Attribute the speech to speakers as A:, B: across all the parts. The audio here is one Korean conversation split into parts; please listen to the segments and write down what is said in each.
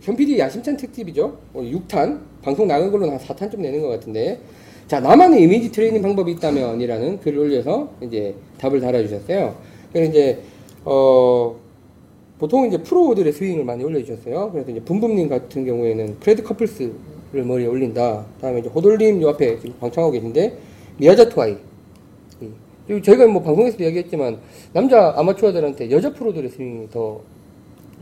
A: 현PD 야심찬 특집이죠. 어, 6탄 방송 나간 걸로 한 4탄 좀 내는 것 같은데 자 나만의 이미지 트레이닝 방법이 있다면이라는 글을 올려서 이제 답을 달아주셨어요. 그래서 이제 어 보통 이제 프로들의 스윙을 많이 올려주셨어요. 그래서 이제 붐붐님 같은 경우에는 프레드 커플스를 머리에 올린다. 다음에 이제 호돌님 요 앞에 지금 방청하고 계신데 미야자토아이. 예. 그리고 저희가 뭐 방송에서도 이야기했지만 남자 아마추어들한테 여자 프로들의 스윙이 더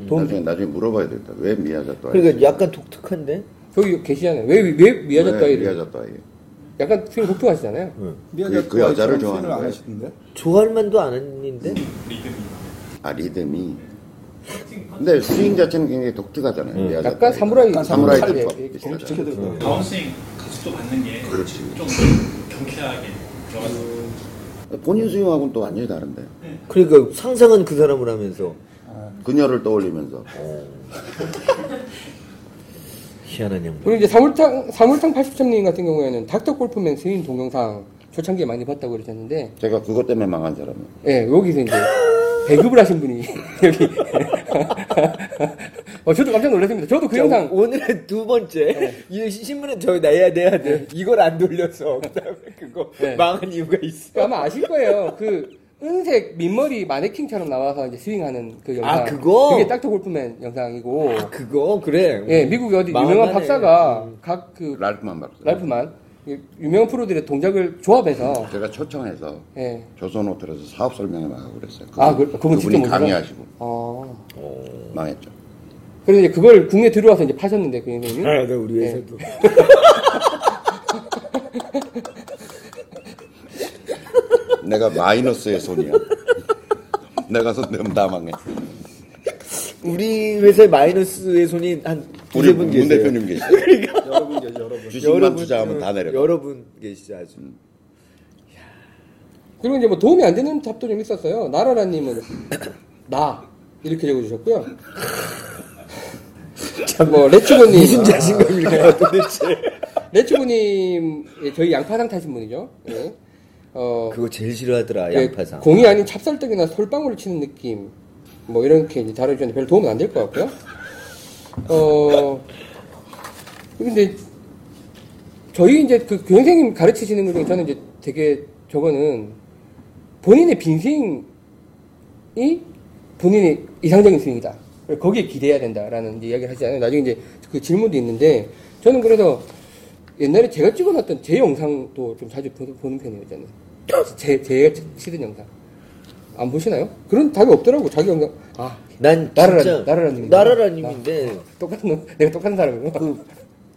A: 도움
B: 나중에 나중에 물어봐야 되겠다. 왜 미야자또 아이?
C: 그러니까 약간 독특한데?
A: 저기 계시잖아요. 왜, 왜 그러니까
C: 네,
A: 미야자토아이를
B: 미야자또 아이.
A: 약간 스윙 독특하시잖아요.
B: 그- 그 여자를 좋아하는
D: 안
B: 거예요?
D: 하시던데?
C: 좋아할 만도 안 했는데?
B: 아 리듬이. 근데 스윙 자체는 굉장히 독특하잖아요. 미야자또
A: 약간
B: 아이가.
A: 사무라이
D: 약간
B: 사무라이
D: 사무라이
B: 특법
E: 그렇죠.
A: 예, 예,
B: 비슷하잖아요.
D: 시켜드렸다.
F: 다운스윙 가속도 받는 게 좀
B: 그렇지.
F: 경쾌하게 들어가서
B: 본인 스윙하고는 또 완전히 다른데.
C: 그러니까 상상은 그 사람을 하면서
B: 그녀를 떠올리면서.
C: 희한한 양반.
A: 그리고 이제 사물탕, 사물탕 80점님 같은 경우에는 닥터 골프맨 스윙 동영상 초창기에 많이 봤다고 그러셨는데,
B: 제가 그것 때문에 망한 사람이에요.
A: 예, 여기서 이제 배급을 하신 분이 여기. 어, 저도 깜짝 놀랐습니다. 저도 그
C: 자,
A: 영상, 네.
C: 오늘의 두 번째 이 신문에 저 내야 내야 돼 이걸 안 돌려서 그다음에 그거
A: 네.
C: 망한 이유가 있어
A: 아마 아실 거예요. 그 은색 민머리 마네킹처럼 나와서 이제 스윙하는 그 영상.
C: 아, 그거?
A: 그게 닥터 골프맨 영상이고,
C: 아 그거 그래
A: 어. 예, 미국 어디 유명한
C: 망하네. 음.
A: 박사가 각 그
B: 랄프만 박사.
A: 랄프만 유명한 프로들의 동작을 조합해서
B: 제가 초청해서
A: 예.
B: 조선 호텔에서 사업 설명회 나가고 그랬어요.
A: 아, 그- 그분 직접
B: 분이
A: 오셔서?
B: 강의하시고
A: 어.
B: 망했죠.
A: 그래서 이제 그걸 국내 들어와서 이제 파셨는데 그 선생님.
C: 아, 나 우리 회사도
B: 내가 마이너스의 손이야. 내가 손 대면 다 망해.
C: 우리 회사에 마이너스의 손이 한
B: 우리
C: 두세 분
B: 문
C: 계세요
B: 대표님 계시.
D: 여러분 계시 여러분.
B: 주식만 투자하면 다 음. 내려.
C: 여러분 계시죠 아주
A: 그리고 이제 뭐 도움이 안 되는 답도 좀 있었어요. 나라라님은 나 이렇게 적어주셨고요. 뭐 레츠고님 아.
C: 무슨 자신감일까 도대체
A: 레츠고님 예, 저희 양파상 타신 분이죠. 예. 어,
C: 그거 제일 싫어하더라
A: 예,
C: 양파상
A: 공이 아닌 찹쌀떡이나 솔방울을 치는 느낌 뭐 이렇게 이제 다뤄주는데 별 도움은 안 될 것 같고요. 어 근데 저희 이제 그 교생님 가르치시는 분 중에 저는 이제 되게 저거는 본인의 빈스윙이 본인의 이상적인 스윙이다. 그리고 거기에 기대해야 된다라는 이제 이야기를 하시잖아요. 나중에 이제 그 질문도 있는데 저는 그래서 옛날에 제가 찍어놨던 제 영상도 좀 자주 보- 보는 편이에요. 저는 제 제가 치던 영상 안 보시나요? 그런 답이 없더라고. 자기 영상 아
C: 난
A: 나라라-
C: 진짜
A: 나라라님이다. 아.
C: 나라라님인데
A: 똑같은 놈, 내가 똑같은 사람이고.
C: 그
D: 아,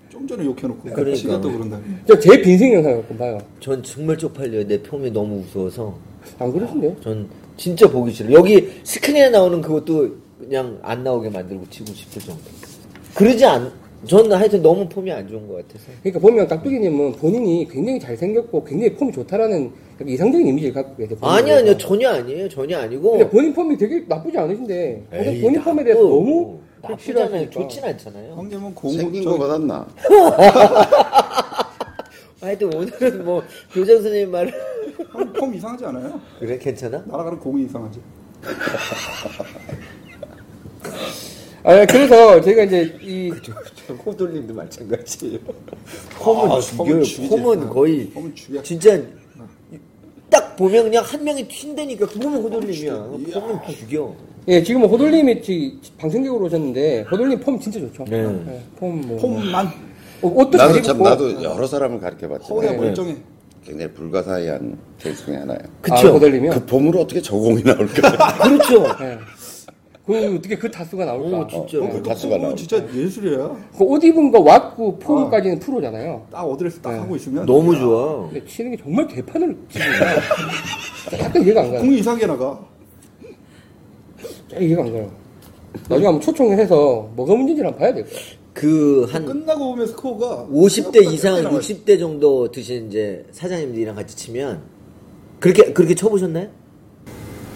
D: 좀 전에 욕해놓고
C: 그러니까.
D: 지가 또 그런다.
A: 저제 빈생 영상을 좀 봐요.
C: 전 정말 쪽팔려요 내 폼이 너무 무서워서
A: 안 그러신데요?
C: 전 진짜 보기 싫어. 여기 스크린에 나오는 그것도 그냥 안 나오게 만들고 치고 싶을 정도. 그러지 않. 전 하여튼 너무 폼이 안 좋은 것 같아서.
A: 그러니까 보면 깍두기님은 본인이 굉장히 잘생겼고 굉장히 폼이 좋다라는 약간 이상적인 이미지를 갖고 계세요. 본인에
C: 아니
A: 대해서.
C: 아니요 전혀 아니에요 전혀
A: 근데
C: 아니고.
A: 본인 폼이 되게 나쁘지 않으신데 근데
C: 어. 에이,
A: 본인 폼에 대해서
C: 나쁘-
A: 너무
C: 나쁘잖아요. 좋진
A: 싫어하시니까.
C: 않잖아요.
D: 형님은
B: 생긴
D: 공저
B: 거보단 나.
C: 하여튼 오늘은 뭐 교장 선생님 말.
D: 형, 폼 이상하지 않아요?
C: 그래 괜찮아?
D: 날아가는 공이 이상하지.
A: 아, 그래서 제가 이제 이
C: 호돌님도 마찬가지예요.
D: 아, 폼은
C: 폼은 죽여요.
D: 죽여요. 죽이지.
C: 폼은 거의
D: 폼은 죽여.
C: 진짜 딱 보면 그냥 한 명이 튄다니까 그거면 호돌님이야.
D: 죽여. 아,
C: 폼은 죽여.
A: 예, 지금 호돌님이 지- 방송국으로 오셨는데 호돌님 폼 진짜 좋죠.
C: 네.
A: 예, 폼 뭐.
D: 폼만
A: 어, 옷도 잘
B: 나도 참
A: 입고
B: 나도 여러 사람을
E: 네,
D: 허우야
B: 가르쳐봤지만 네.
D: 멀쩡해.
B: 굉장히 불가사의한 케이스 중에 하나예요.
A: 아,
D: 그렇죠.
C: 그쵸?
A: 호돌님이요.
B: 그 봄으로 어떻게 저공이 나올까?
C: 그렇죠.
A: 예. 그 어떻게 그 타수가 나올까?
C: 어, 진짜.
B: 그 가수가
D: 폼은
B: 나올
D: 진짜 예술이에요.
A: 그 옷 입은 거 왁구
C: 아.
A: 폼까지는 프로잖아요.
D: 딱 어드레스 딱 하고 있으면
C: 너무 좋아.
A: 근데 치는 게 정말 개판으로 치는 거야. 약간 이해가 안 가요.
D: 공이 이상하게 나가.
A: 잘 이해가 안 가요. 나중에 한번 초청해서 뭐가 문제인지 한번 봐야 될 거야.
C: 그 한
D: 끝나고 오면 스코어가
C: 50대 이상,
D: 나와요.
C: 60대 정도 드신 이제 사장님들이랑 같이 치면 그렇게 그렇게 쳐보셨나요?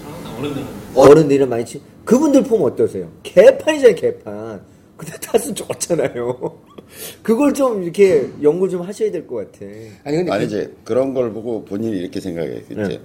F: 항상 어른들은
C: 어른들이랑 많이 치. 그분들 폼 어떠세요? 개판이잖아요, 개판. 근데 타수 좋잖아요. 그걸 좀 이렇게 연구 좀 하셔야 될 것 같아.
A: 아니 근데 그-
B: 아니지 그런 걸 보고 본인이 이렇게 생각했겠지.
C: 네.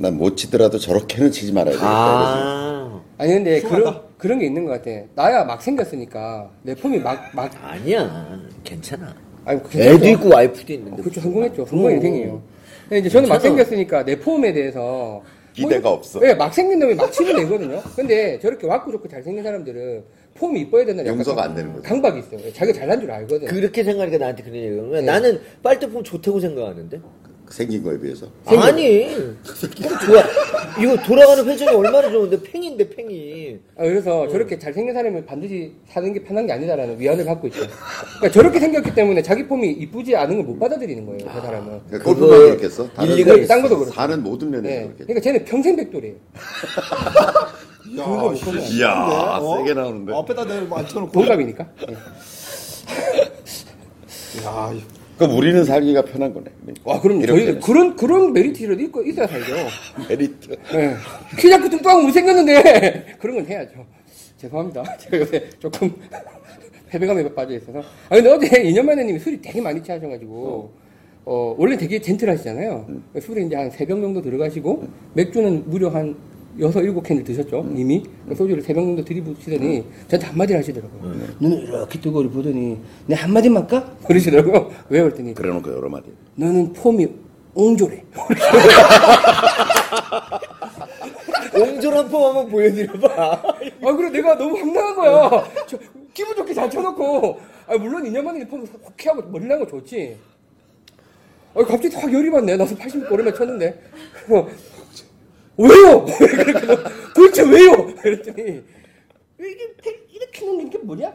B: 난 못 치더라도 저렇게는 치지 말아야 되겠다.
C: 아,
A: 아니 근데
D: 심하다.
A: 그런 그런 게 있는 것 같아. 나야 막 생겼으니까 내 폼이 막막
C: 아니야 괜찮아
A: 아니
C: 애도 있고 와이프도 있는데
A: 그렇죠
C: 무슨
A: 성공했죠
C: 말이야.
A: 성공 인생이에요. 근데 이제 저는 막
C: 괜찮아.
A: 생겼으니까 내 폼에 대해서
E: 기대가
A: 뭐,
E: 없어.
A: 네, 막 생긴 놈이 막 치면 되거든요. 근데 저렇게 왔고 좋고 잘 생긴 사람들은 폼이 이뻐야 된다는 약간
E: 용서가 안 되는 거죠.
A: 강박이 있어요. 예, 자기가 잘난 줄 알거든. 요
C: 그렇게 생각하니까 나한테 그런 얘기 하는 거야 나는 빨대폼 좋다고 생각하는데
E: 생긴 거에 비해서.
C: 아니 그럼 좋아 이거 돌아가는 회전이 얼마나 좋은데 팽인데 팽이
A: 아, 그래서
E: 어.
A: 저렇게 잘 생긴 사람을 반드시 사는 게 편한 게 아니다라는 위안을 갖고 있죠. 그러니까 저렇게 생겼기 때문에 자기 폼이 이쁘지 않은 걸 못 받아들이는 거예요. 그 사람은.
E: 그러니까
C: 그거에
E: 골프만 그렇겠어? 다른
C: 일리가
E: 모든-
A: 있어. 딴 것도 그렇고.
E: 다른 모든 면에서
A: 네.
E: 그렇겠어.
A: 그러니까 쟤는 평생 백돌이에요.
D: 그거 못 보면
E: 이야,
D: 안 되는데,
E: 아, 세게 나오는데.
D: 어, 앞에다 뭐 내 맞춰놓고.
A: 동갑이니까. 네.
D: 야, 이-
E: 그럼 우리는 살기가 편한 거네.
A: 와, 아, 그럼
E: 이렇게
A: 저희 그런 그런 메리트라도 있고 있어야 살죠.
E: 메리트.
A: 네. 키 작고 뚱뚱하고 못생겼는데 그런 건 해야죠. 죄송합니다. 제가 요새 조금 패배감에 빠져 있어서. 아 근데 어제 이년만에님이 술이 되게 많이 취하셔가지고 어 원래 되게 젠틀하시잖아요.
E: 음.
A: 술이 이제 한 세 병 정도 들어가시고 맥주는 무려 한 여섯 일곱 캔을 드셨죠
E: 음.
A: 이미 소주를 세 병 정도 들이부시더니 저한테 한마디를 하시더라고요.
E: 음.
A: 눈을 이렇게 뜨고 보더니 내 한마디만 까? 그러시더라고요. 왜 그랬더니
E: 그래놓고 여러 마디.
A: 너는 폼이 옹졸해.
C: 옹졸한 폼 한번 보여드려봐
A: 아, 그래, 내가 너무 황당한 거야. 저, 기분 좋게 잘 쳐놓고. 아, 물론 2년 만에 폼 호쾌하고 머리 난거 좋지. 아, 갑자기 확 열이 받네. 나서 80 오랜만에 쳤는데. 어, 왜요? 그래서 도대체 왜요? 그랬더니, 이게, 대- 이렇게 넘기는 게 뭐냐?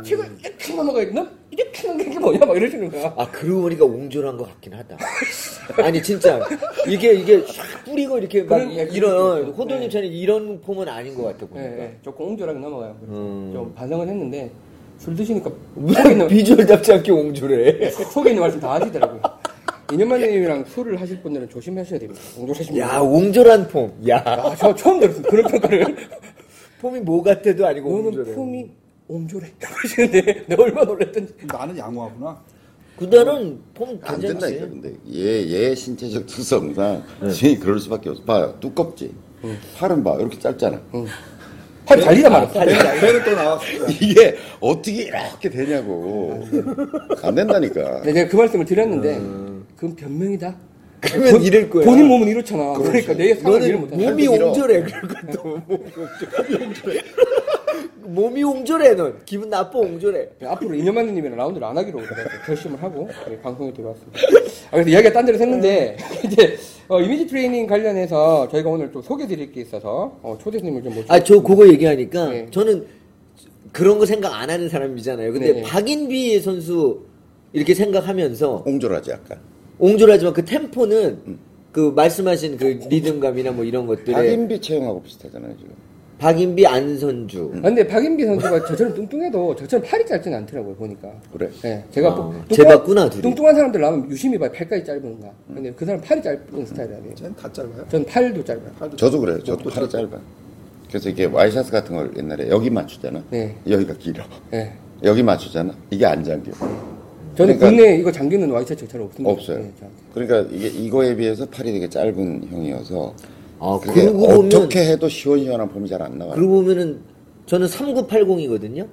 A: 제가 이렇게 넘어가야 되나? 이렇게 넘기는 게 뭐냐? 막 이러시는 거야.
C: 아 그러고 보니까 옹졸한 것 같긴 하다. 아니 진짜 이게 이게 샥 뿌리고 이렇게 막
A: 그런 이야기도
C: 이런
A: 있고.
C: 호돌님
A: 네.
C: 차는 이런 폼은 아닌 것 같아 보니까.
A: 예, 예, 조금 옹졸하게 넘어가요. 그래서
C: 그러니까. 음.
A: 좀 반성을 했는데, 술 드시니까 속에
C: 왜
A: 있는-
C: 비주얼답지 않게 옹졸해?
A: 속에 있는 말씀 다 하시더라고요. 이년만님이랑 술을 하실 분들은 조심하셔야 됩니다. 공조하십니다.
C: 야 옹졸한 폼. 야
A: 아, 저 처음 들었어요. 그런 평가를.
C: 폼이 뭐 같아도 아니고 옹졸해.
A: 너는 품이 옹졸해. 그러시는데 내가 얼마나 놀랐던지.
D: 나는 양호하구나.
C: 그다는 폼
E: 안 된다니까,
C: 괜찮지.
E: 근데. 얘, 얘 신체적 특성상
A: 네.
E: 스윙이 그럴 수밖에 없어. 봐요. 두껍지?
A: 음.
E: 팔은 봐. 이렇게 짧잖아.
A: 팔 달리다
C: 아,
A: 말았어.
D: 배는 또 나왔을 거야.
E: 이게 어떻게 이렇게 되냐고. 안 된다니까.
A: 근데 내가 그 말씀을 드렸는데 그건 변명이다.
C: 음. 그러면
A: 본-
C: 이럴 거야.
A: 본인 몸은 이렇잖아. 그러니까내 상황을 이해
C: 너는 뭐?
A: 못하는
C: 몸이
E: 팔도 길어.
C: 옹졸해. 그러니까 또 몸이 옹졸해. 몸이 옹졸해 넌. 기분 나빠 옹졸해.
A: 네, 앞으로 이년만님이랑 라운드를 안 하기로 그래서 결심을 하고 저희 방송에 들어왔습니다. 아, 그래서 이야기가 딴 데로 샜는데 이제 어, 이미지 트레이닝 관련해서 저희가 오늘 좀 소개드릴 게 있어서 어, 초대님을 좀 모시고
C: 아, 저 그거 얘기하니까
A: 네.
C: 저는 그런 거 생각 안 하는 사람이잖아요. 근데
A: 네.
C: 박인비 선수 이렇게 생각하면서
E: 옹졸하지, 약간.
C: 옹졸하지만 그 템포는 그 말씀하신 그 리듬감이나 뭐 이런
A: 네.
C: 것들에
E: 박인비 체형하고 비슷하잖아요, 지금.
C: 박인비, 안선주
A: 아, 근데 박인비 선수가 저처럼 뚱뚱해도 저처럼 팔이 짧진 않더라고요 보니까.
E: 그래?
A: 네, 제가
C: 아,
A: 보-
C: 제봤구나, 둘이.
A: 뚱뚱한 사람들 나오면 유심히 봐요 팔까지 짧은가. 근데 그 사람 팔이 짧은 스타일이에요.
D: 쟤다 짧아요.
A: 전 팔도 짧아요.
D: 팔도
E: 저도 그래요. 저도 팔이 짧아. 그래서 이게 와이셔츠 같은 걸 옛날에 여기 맞추잖아.
A: 네.
E: 여기가 길어.
A: 네.
E: 여기 맞추잖아. 이게 안 잠겨.
A: 저는
E: 그러니까-
A: 국내 에 이거 잠기는 와이셔츠 잘 없습니다.
E: 없어요.
A: 음. 네, 저한테.
E: 그러니까 이게 이거에 비해서 팔이 되게 짧은 형이어서
C: 아,
E: 그게
C: 그러고 보면-
E: 어떻게 해도 시원시원한 폼이 잘 안 나와요.
C: 그러고 보면은 저는 3980이거든요.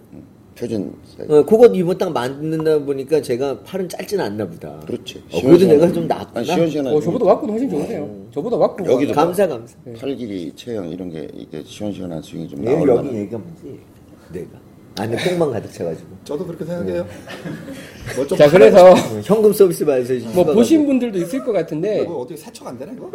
E: 표준 네, 사이즈.
C: 어, 그거 이번 딱 만든다 보니까 제가 팔은 짧진 않나 보다.
E: 그렇지.
C: 어, 그래도
E: 시원시원한
C: 내가
E: 폼이.
C: 좀 낫구나.
E: 아니, 시원시원한
A: 어, 저보다 왁구도 훨씬 좋으세요. 저보다 왁구.
E: 음. 여기도 뭐. 봐.
C: 감사 감사.
E: 팔 길이 체형 이런 게 이게 시원시원한 스윙이 좀
C: 내일
E: 나오려면
C: 여기 얘기가 뭐지? 내가 안에 똥만 가득 차가지고.
D: 저도 그렇게 생각해요. 뭐좀
A: 네. 자 그래서
C: 현금 어, 서비스 받으세요.
A: 뭐 보신 분들도 있을 것 같은데
D: 어떻게 세척 안 되나 이거?